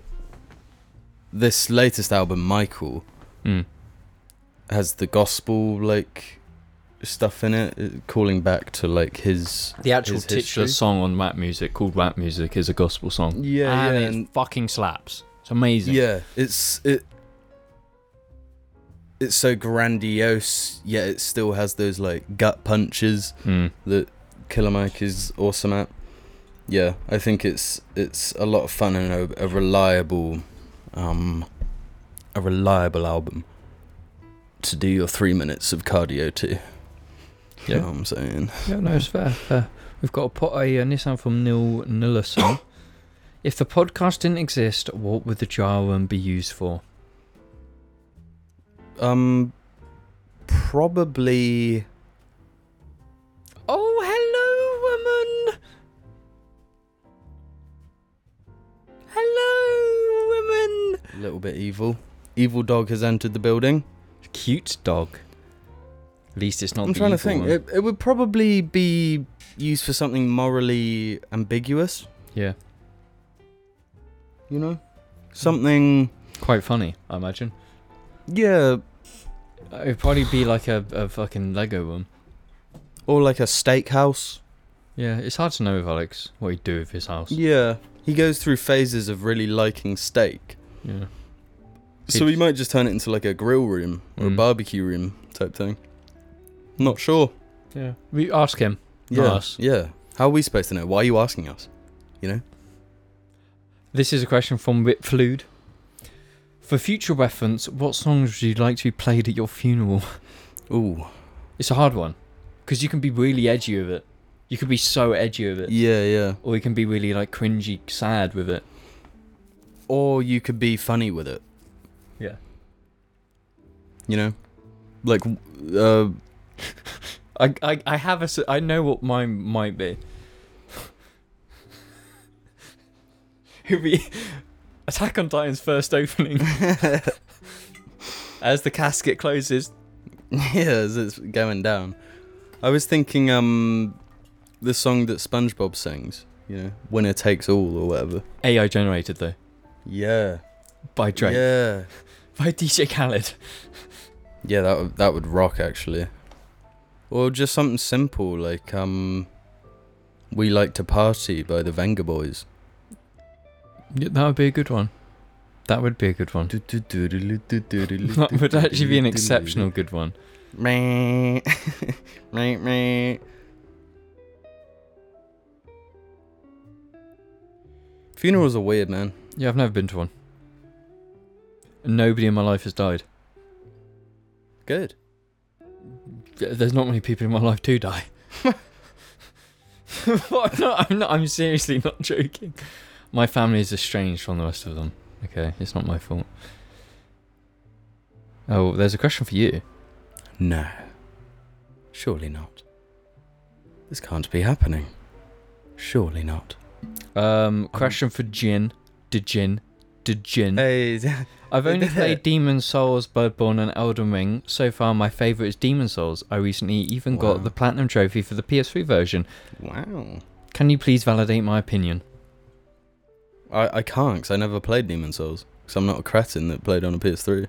this latest album michael album. Mm. has the gospel like stuff in it uh, calling back to like his The actual his titular history. song on rap music called "Rap Music" is a gospel song. yeah and yeah it and- fucking slaps. It's amazing. yeah it's it it's so grandiose yet it still has those like gut punches Mm. that Killer Mike is awesome at. Yeah, I think it's it's a lot of fun and a, a reliable, um, a reliable album to do your three minutes of cardio to. You know Yeah. what I'm saying? Yeah, no, it's fair. fair. We've got a, pot, a, uh Nissan from Neil Nillison. if the podcast didn't exist, what would the jar room be used for? Um, probably. Oh, hello, woman. Hello, woman. A little bit evil. Evil dog has entered the building. Cute dog. At least it's not. I'm the trying to evil think. one. It, it would probably be used for something morally ambiguous. Yeah, You know, something. quite funny, I imagine. Yeah, It would Uh, probably be like a, a fucking Lego one. Or like a steakhouse. Yeah, it's hard to know with Alex what he'd do with his house. Yeah. He goes through phases of really liking steak. Yeah. So we might just turn it into like a grill room or a Mm. barbecue room type thing. Not sure. Yeah. We ask him. Yeah. Nice. Yeah. How are we supposed to know? Why are you asking us? You know? This is a question from Whip Flood. For future reference, what songs would you like to be played at your funeral? Ooh. It's a hard one. Because you can be really edgy with it. You could be so edgy with it. Yeah, yeah. Or you can be really like cringy, sad with it. Or you could be funny with it. Yeah. You know? Like uh I, I, I have a. s- I know what mine might be. It'd be Attack on Titan's first opening. As the casket closes. yeah, as it's going down. I was thinking um the song that SpongeBob sings, you know, Winner Takes All or whatever. AI generated though. Yeah. By Drake. Yeah. By DJ Khaled. Yeah, that would, that would rock actually. Or just something simple like um We Like to Party by the Venga Boys. Yeah, that would be a good one. That would be a good one. That that would actually be an exceptional good one. Meh. Meh, meh. Funerals are weird, man. Yeah, I've never been to one. Nobody in my life has died. Good. Th- There's not many people in my life to die. What? no, I'm not. I'm seriously not joking. My family is estranged from the rest of them. Okay, it's not my fault. Oh, there's a question for you. No. Surely not. This can't be happening. Surely not. Um, question for Jin. De Jin. De Jin. Hey, I've They only did played it. Demon Souls, Bloodborne, and Elden Ring. So far, my favourite is Demon Souls. I recently even Wow. got the Platinum Trophy for the PS3 version. wow. Can you please validate my opinion? I, I can't because I never played Demon Souls because I'm not a cretin that played on a PS3.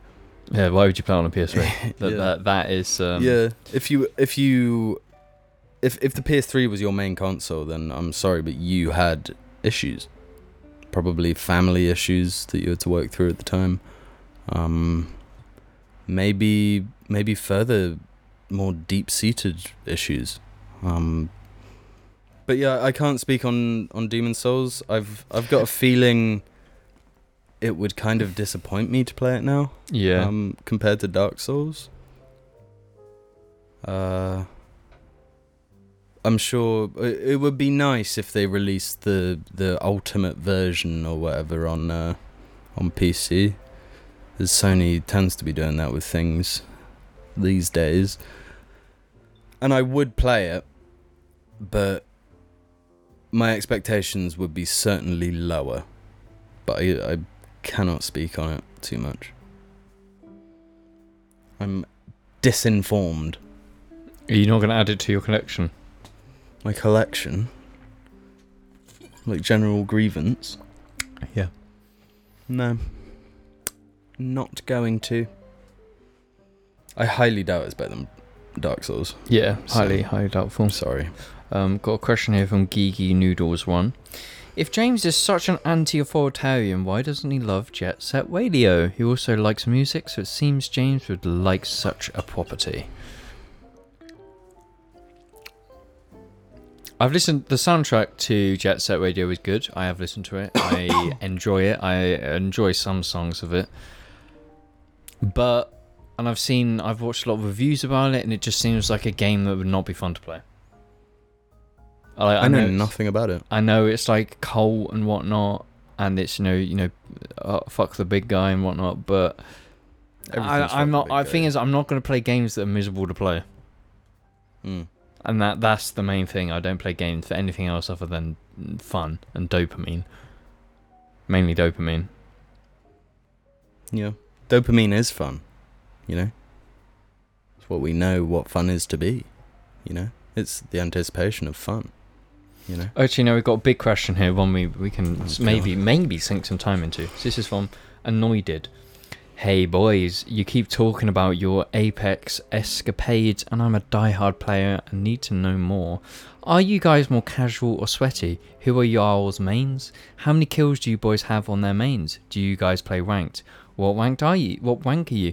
Yeah, why would you play on a PS3? that, Yeah. that, that is. Um, yeah, if you if you if if the PS3 was your main console, then I'm sorry, but you had issues, probably family issues that you had to work through at the time. Um, maybe maybe further more deep seated issues. Um, but yeah, I can't speak on on Demon Souls. I've I've got a feeling it would kind of disappoint me to play it now Yeah. um, compared to Dark Souls. Uh, I'm sure uh, it, it would be nice if they released the the ultimate version or whatever on uh, on PC, as Sony tends to be doing that with things these days. And I would play it, but my expectations would be certainly lower. But I, I cannot speak on it too much. I'm disinformed. Are you not going to add it to your collection? My collection, like general grievance, Yeah. no, not going to. I highly doubt it's better than Dark Souls. Yeah, So- highly, highly doubtful. I'm sorry. Um, got a question here from Geeky Noodles One. If James is such an anti-authoritarian, why doesn't he love Jet Set Radio? He also likes music, so it seems James would like such a property. I've listened. The soundtrack to Jet Set Radio is good. I have listened to it. I enjoy it. I enjoy some songs of it, but and I've seen. I've watched a lot of reviews about it, and it just seems like a game that would not be fun to play. I, I I, know, it's- nothing about it. I know it's like coal and whatnot, and it's you know you know, uh, fuck the big guy and whatnot. But I, Everything's I'm fuck not. the I big thing guy. is, I'm not going to play games that are miserable to play, Mm. and that that's the main thing. I don't play games for anything else other than fun and dopamine, mainly dopamine. Yeah, dopamine is fun. You know, it's what we know what fun is to be. You know, it's the anticipation of fun. You know. Actually, no, we've got a big question here. One we we can Oh, s maybe maybe sink some time into. So this is from Annoyed. Hey boys, you keep talking about your Apex escapades, and I'm a diehard player and need to know more. Are you guys more casual or sweaty? Who are y'all's mains? How many kills do you boys have on their mains? Do you guys play ranked? What ranked are you? What rank are you?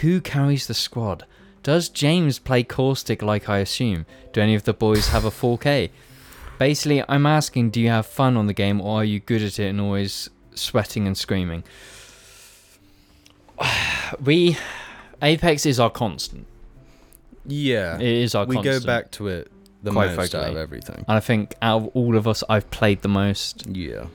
Who carries the squad? Does James play caustic like I assume? Do any of the boys have a 4K? Basically, I'm asking, do you have fun on the game, or are you good at it and always sweating and screaming? we Apex is our constant. Yeah. It is our we constant. go back to it the Quite most out of frequently. everything. And I think out of all of us, I've played the most. Yeah.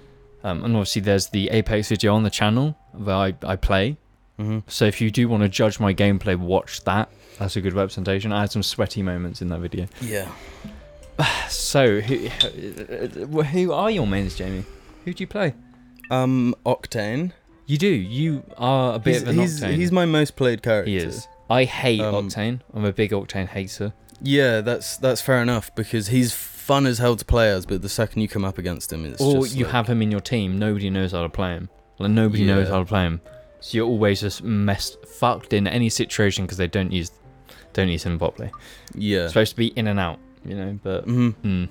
Um, and obviously, there's the Apex video on the channel that I, I play. hmm So if you do want to judge my gameplay, watch that. That's a good representation. I had some sweaty moments in that video. Yeah. So who who are your mains, Jamie? Who do you play? Um, Octane. You do. You are a bit He's, of an he's, Octane. he's my most played character. he is. I hate Um, Octane. I'm a big Octane hater. Yeah, that's that's fair enough because he's fun as hell to play as, but the second you come up against him, it's or just you like- have him in your team. Nobody knows how to play him. Like nobody knows Yeah. how to play him. So you're always just messed, fucked in any situation because they don't use, don't use him properly. yeah. Supposed to be in and out, you know. But hmm mm.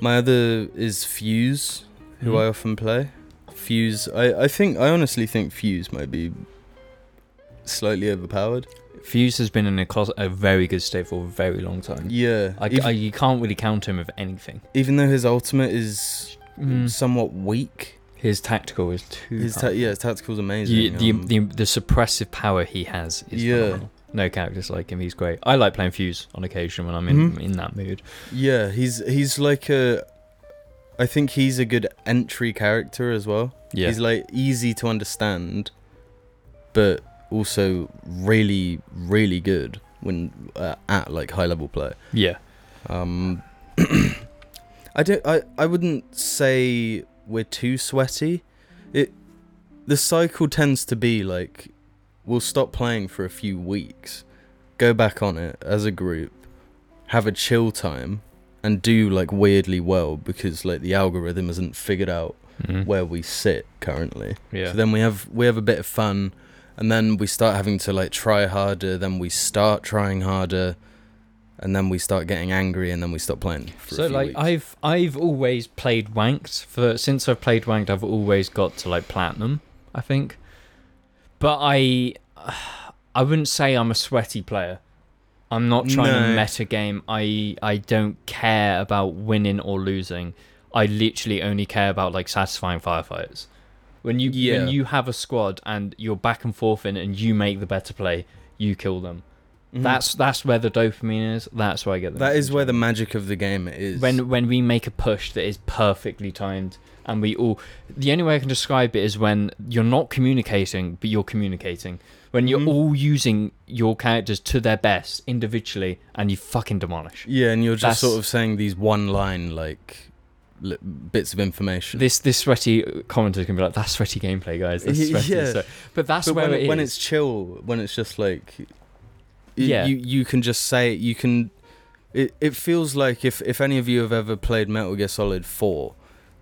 My other is Fuse, who Mhm. I often play. Fuse, I I think I honestly think Fuse might be slightly overpowered. Fuse has been in a, cos- a very good state for a very long time. Yeah, Mm. I, even, I- you can't really counter him with anything. even though his ultimate is Mm. somewhat weak, His tactical is too. Mm. his ta- powerful. yeah his tactical's amazing. You- Oh. the, um, the the suppressive power he has is Yeah. phenomenal. No characters like him. He's great. I like playing Fuse on occasion when I'm in Mhm. in that mood. Yeah, he's he's like a. I think he's a good entry character as well. Yeah. He's like easy to understand, but also really really good when uh, at like high level play. yeah. Um, I don't. I I wouldn't say we're too sweaty. It the cycle tends to be like we'll stop playing for a few weeks, go back on it as a group, have a chill time, and do like weirdly well because like the algorithm hasn't figured out Mhm. where we sit currently. yeah. So then we have we have a bit of fun, and then we start having to like try harder. Then we start trying harder, and then we start getting angry, and then we stop playing. For so a few like weeks. I've I've always played ranked for since I've played ranked I've always got to like platinum I think, but I I wouldn't say I'm a sweaty player. I'm not trying to No. meta game. I I don't care about winning or losing. I literally only care about like satisfying firefights. When you Yeah. when you have a squad and you're back and forth in and you make the better play, you kill them. Mhm. That's that's where the dopamine is. That's where I get the that is motivation where the magic of the game is. when when we make a push that is perfectly timed and we all the only way i can describe it is when you're not communicating but you're communicating when you're Mhm. all using your characters to their best individually and you fucking demolish yeah, and you're that's- just sort of saying these one line like li- bits of information. this this sweaty commenter can be like that's sweaty gameplay guys that's Yeah. sweaty so, but that's but where when, it is when it's chill, when it's just like, y- Yeah. you you can just say it. You can. It it feels like if if any of you have ever played Metal Gear Solid Four,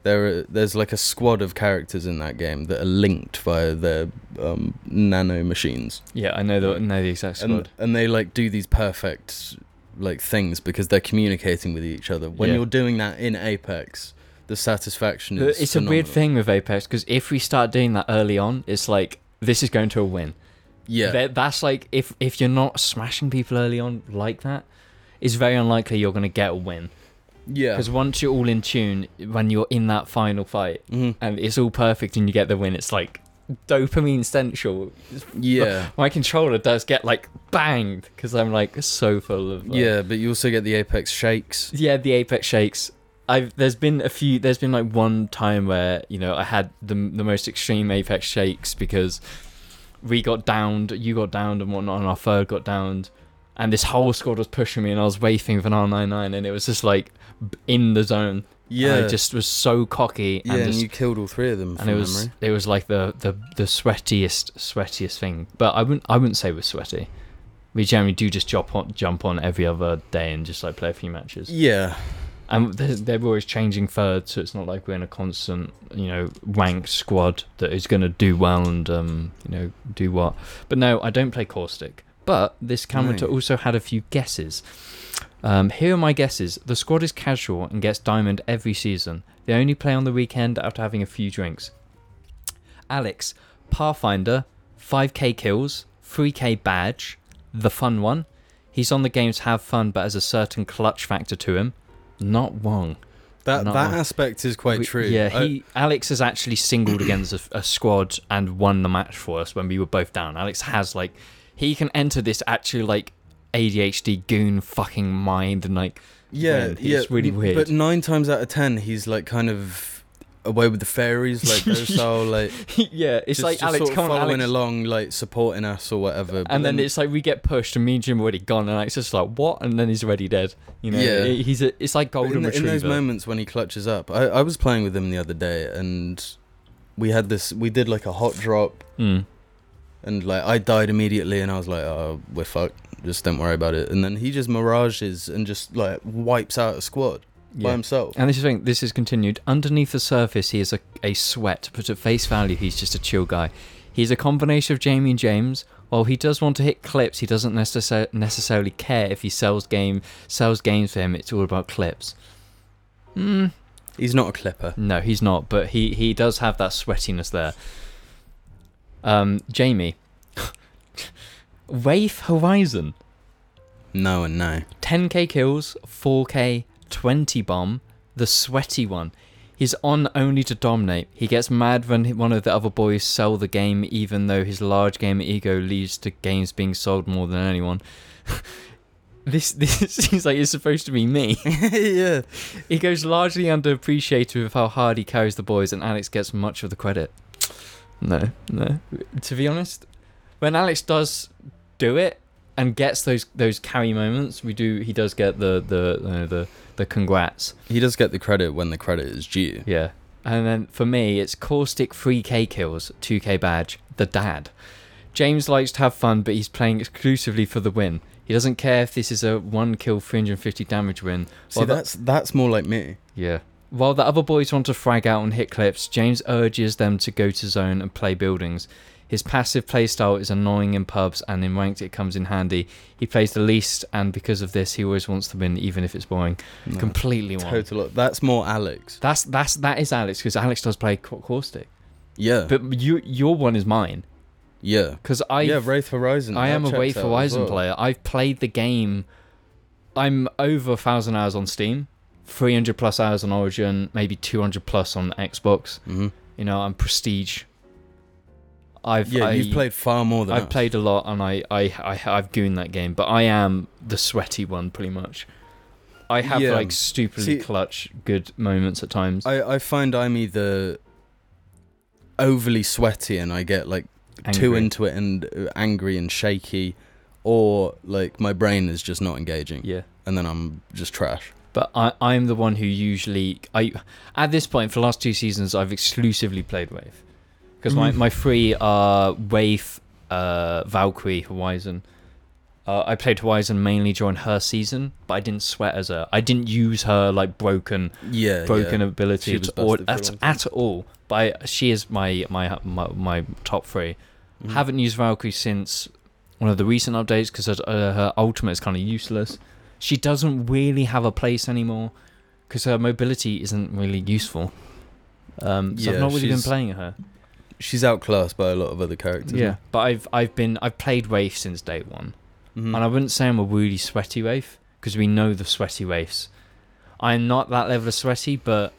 there are, there's like a squad of characters in that game that are linked via their um, nano machines, yeah i know the know the exact squad and and they like do these perfect like things because they're communicating with each other. When Yeah. you're doing that in Apex, the satisfaction But is. it's a weird phenomenal. thing with apex because if we start doing that early on it's like this is going to a win Yeah. That, that's like if if you're not smashing people early on like that, it's very unlikely you're gonna get a win. yeah. Because once you're all in tune, when you're in that final fight Mhm. and it's all perfect and you get the win, it's like dopamine sensual. Yeah. My controller does get like banged because I'm like so full of like- Yeah, but you also get the Apex shakes. yeah the apex shakes. I've there's been a few there's been like one time where you know I had the the most extreme apex shakes because we got downed, you got downed, and whatnot, and our third got downed. And this whole squad was pushing me, and I was wafting with an R99, and it was just like b- in the zone. Yeah. and I just was so cocky, Yeah, and, and, just, you killed all three of them. and it was it was like the, the the sweatiest sweatiest thing. But I wouldn't I wouldn't say we're sweaty. We generally do just jump on jump on every other day and just like play a few matches. Yeah, and they're, they're always changing third, so it's not like we're in a constant, you know, ranked squad that is going to do well and um, you know do what. But no, I don't play caustic. But this Camerata No. also had a few guesses. Um, here are my guesses. The squad is casual and gets diamond every season. They only play on the weekend after having a few drinks. Alex, Pathfinder, 5k kills, 3k badge, the fun one. He's on the game to have fun, but has a certain clutch factor to him. Not wrong. That Not that wrong. aspect is quite We- true. Uh, Yeah, I- he Alex has actually singled against a, a squad and won the match for us when we were both down. Alex has like he can enter this actually like ADHD goon fucking mind and like yeah, win. It's yeah. really n- weird. But nine times out of ten, he's like kind of away with the fairies, like docile, like yeah, it's just- like just Alex sort of come on, following Alex. along, like supporting us or whatever. but And then, it's like we get pushed, and me and Jim are already gone, and Alex is like, "What?" And then he's already dead. You know, Yeah. he's a, it's like but golden in, th- in retriever. those moments when he clutches up. I, I was playing with him the other day, and we had this. We did like a hot drop, Mm. and like I died immediately, and I was like, "Oh, we're fucked. Just don't worry about it." And then he just mirages and just like wipes out a squad by Yeah. himself. And this is the thing, this is continued. Underneath the surface, he is a, a sweat, but at face value, he's just a chill guy. He's a combination of Jamie and James. While he does want to hit clips, he doesn't necessar- necessarily care if he sells game sells games for him. It's all about clips. Mm, He's not a clipper. no, he's not, but he, he does have that sweatiness there. Um, Jamie. Wraith Horizon. No and no. 10k kills, 4k, 20 bomb, the sweaty one. He's on only to dominate. He gets mad when he- one of the other boys sell the game, even though his large game ego leads to games being sold more than anyone. this this seems like it's supposed to be me. yeah. He goes largely underappreciated with how hard he carries the boys, and Alex gets much of the credit. No, no. To be honest, when Alex does do it and gets those those carry moments, we do. He does get the the uh, the the congrats. He does get the credit when the credit is due. Yeah. And then for me, it's caustic 3k kills, 2k badge, the dad. James likes to have fun, but he's playing exclusively for the win. He doesn't care if this is a one kill, 350 damage win. See, or the- that's that's more like me. yeah. While the other boys want to frag out and hit clips, James urges them to go to zone and play buildings. His passive playstyle is annoying in pubs, and in ranked it comes in handy. He plays the least, and because of this, he always wants to win, even if it's boring. No. Completely wrong. Total. That's more Alex. That's that's that is Alex because Alex does play ca- caustic, Yeah. but you your one is mine yeah. because I yeah. Wraith Horizon. I that am a checks Wraith out as Horizon well. player. I've played the game. I'm over a thousand hours on Steam, 300 plus hours on Origin, maybe 200 plus on Xbox. Mhm. You know, I'm prestige. I've Yeah, I, you've played far more than I've us. played a lot, and I I I I've gooned that game, but I am the sweaty one pretty much. I have Yeah. like stupidly See- clutch good moments at times. I I find I'm either overly sweaty and I get like too Angry. into it and uh, angry and shaky, or like my brain is just not engaging yeah. and then I'm just trash. But I, I'm the one who usually I at this point for the last two seasons I've exclusively played Wave because my, Mhm. my three are Wave, uh, Valkyrie, Horizon. Uh, I played Horizon mainly during her season, but I didn't sweat as her. I didn't use her like broken Yeah. broken yeah. She abilities was or busted for a at, long time. at all. But I, she is my my my, my top 3 Mhm. Haven't used Valkyrie since one of the recent updates because her, uh, her ultimate is kind of useless. She doesn't really have a place anymore because her mobility isn't really useful. Um, so I've Yeah, not really been she's- playing her. She's outclassed by a lot of other characters. but I've I've been I've played Wraith since day one. Mhm. And I wouldn't say I'm a really sweaty wraith because we know the sweaty wraiths. I'm not that level of sweaty, but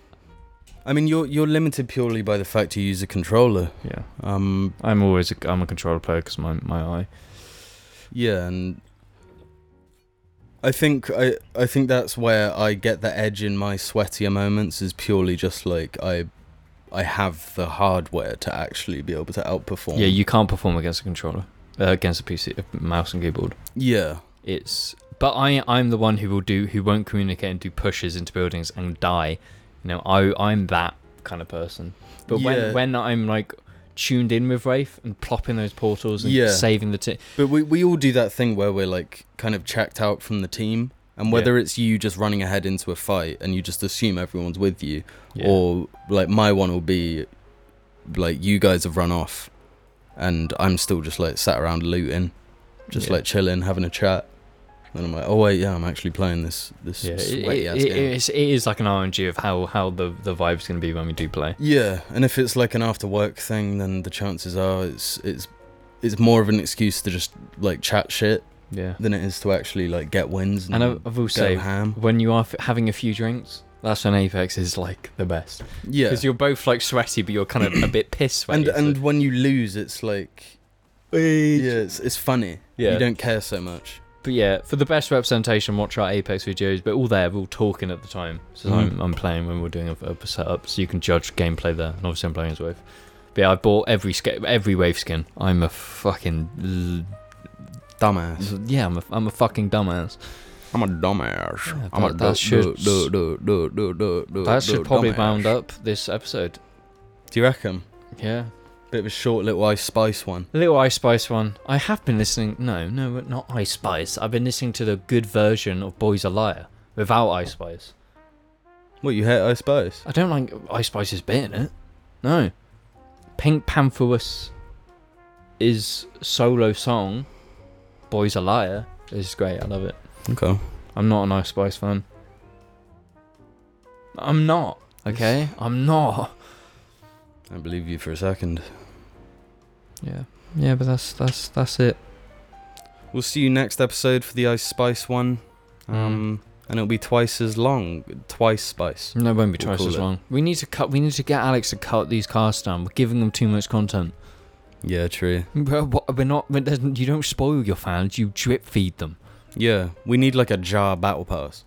I mean, you're you're limited purely by the fact you use a controller. yeah, Um, I'm always a, I'm a controller player because my my eye. yeah, and I think I I think that's where I get the edge in my sweatier moments is purely just like I I have the hardware to actually be able to outperform. Yeah, you can't perform against a controller, uh, against a PC, a mouse and keyboard. yeah, It's but I I'm the one who will do who won't communicate and do pushes into buildings and die. You know, I I'm that kind of person. But Yeah. when when I'm like tuned in with Wraith and plopping those portals and Yeah. saving the team, but we we all do that thing where we're like kind of checked out from the team. And whether it's you just running ahead into a fight and you just assume everyone's with you, Yeah. or like my one will be like you guys have run off and I'm still just like sat around looting, just Yeah. like chilling, having a chat. And I'm like, oh wait, yeah, I'm actually playing this this yeah, it, sweaty ass it- game. it is, it is like an RNG of how how the the vibe's going to be when we do play. Yeah, and if it's like an after work thing, then the chances are it's it's it's more of an excuse to just like chat shit Yeah, than it is to actually like get wins and, and I, I will go say ham. when you are f- having a few drinks, that's when Apex is like the best Yeah, because you're both like sweaty, but you're kind of a bit pissed sweaty. and so- and when you lose, it's like yeah, it's, it's funny. Yeah. you don't care so much. But yeah, for the best representation, watch our Apex videos. But all there, we're all talking at the time. So Mhm. I'm, I'm playing when we're doing a, a setup, so you can judge gameplay there. And obviously, I'm playing as Wave. But yeah, I bought every sca- every Wave skin. I'm a fucking Dumbass. l- yeah, I'm a, I'm a fucking dumbass. I'm a dumbass. Yeah, I'm a that- du- that should- du- du- du- du- du- du- That should du- probably dumbass. round up this episode. Do you reckon? Yeah, Bit of a short little ice spice one. little Ice Spice one. I have been listening. No, no, not Ice Spice. I've been listening to the good version of Boys a Liar without Ice Spice. What you hate ice spice? I don't like Ice Spice's bit in it. No. Pink Pantherus is solo song. Boy's a liar. It's great. I love it. Okay. I'm not an Ice Spice fan. I'm not. Okay. I'm not. I believe you for a second. Yeah. Yeah, but that's that's that's it. We'll see you next episode for the Ice Spice one. Mm. Um, And it'll be twice as long. Twice Spice. No, it won't be We'll twice call as it. long. We need to cut. We need to get Alex to cut these casts down. We're giving them too much content. Yeah, true. We're, we're not. We're, there's- you don't spoil your fans. You drip feed them. Yeah, we need like a jar battle pass.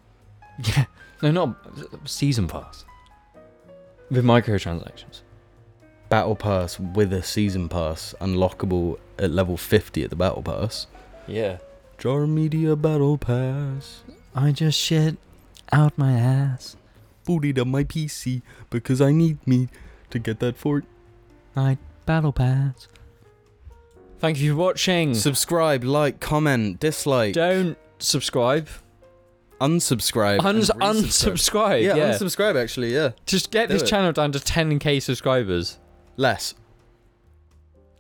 Yeah. No, not season pass. With microtransactions. Battle pass with a season pass, unlockable at level 50 at the battle pass. Yeah. Jar Media battle pass. I just shit out my ass. Booted on my PC because I need me to get that fort. I battle pass. Thank you for watching. Subscribe, like, comment, dislike, Don't subscribe. unsubscribe. and Uns- resubscribe. unsubscribe. Yeah. yeah, unsubscribe actually, yeah. just get do this it. channel down to 10k subscribers. Less.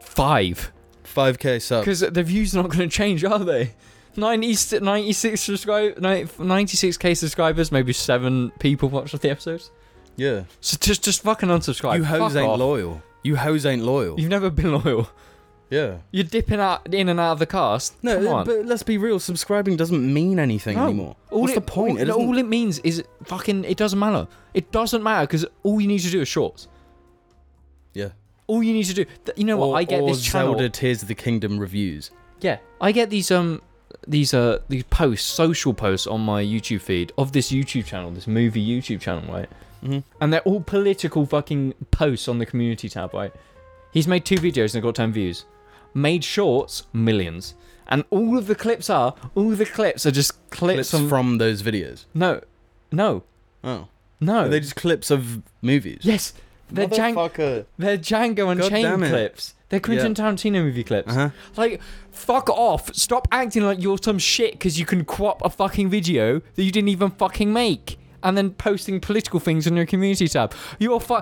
Five. 5k sub. Because the views are not going to change, are they? 90, 96 subscribe, 96k subscribers. Maybe seven people watched the episodes. Yeah. So just, just fucking unsubscribe. You hoes Fuck ain't off. loyal. You hoes ain't loyal. You've never been loyal. yeah. You're dipping out in and out of the cast. No, Come on. but let's be real. Subscribing doesn't mean anything No. anymore. all What's it, the point? All, It no, doesn't- all it means is fucking. It doesn't matter. It doesn't matter because all you need to do is shorts. yeah. All you need to do. Th- you know what? Or- I get or this channel. Zelda Tears of the Kingdom reviews. Yeah, I get these um these uh these posts, social posts on my YouTube feed of this YouTube channel, this movie YouTube channel, right? Mhm. And they're all political fucking posts on the community tab, right? He's made two videos and got 10 views. Made shorts, millions. And all of the clips are, all of the clips are just clips, Clips from, from those videos. No, no, Oh. no. Are they just clips of movies? yes, they're, Django, Motherfucker. they're Django damn Unchained it. clips. They're Quentin Tarantino movie clips. Uh-huh. Like, fuck off. Stop acting like you're some shit because you can crop a fucking video that you didn't even fucking make and then posting political things on your community tab. You're fu-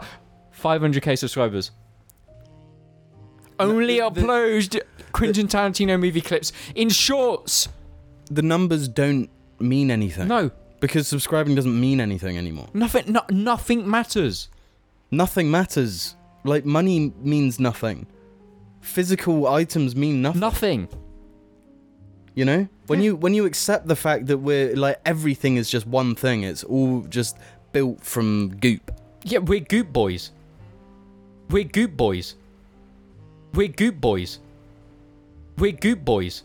500k subscribers. Only upload Quentin Tarantino movie clips in shorts. The numbers don't mean anything. No, Because subscribing doesn't mean anything anymore. nothing, no, nothing matters. Nothing matters. Like, money means nothing. Physical items mean nothing. Nothing. You know, when you when you accept the fact that we're like everything is just one thing, it's all just built from goop. Yeah, we're goop boys. We're goop boys. We're goop boys. We're goop boys.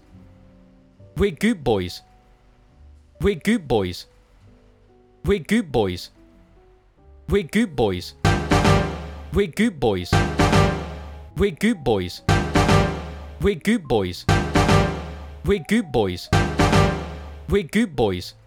We're goop boys. We're goop boys. We're goop boys. We're goop boys. We're goop boys. We're goop boys. We're goop boys. We're goop boys. We're goop boys.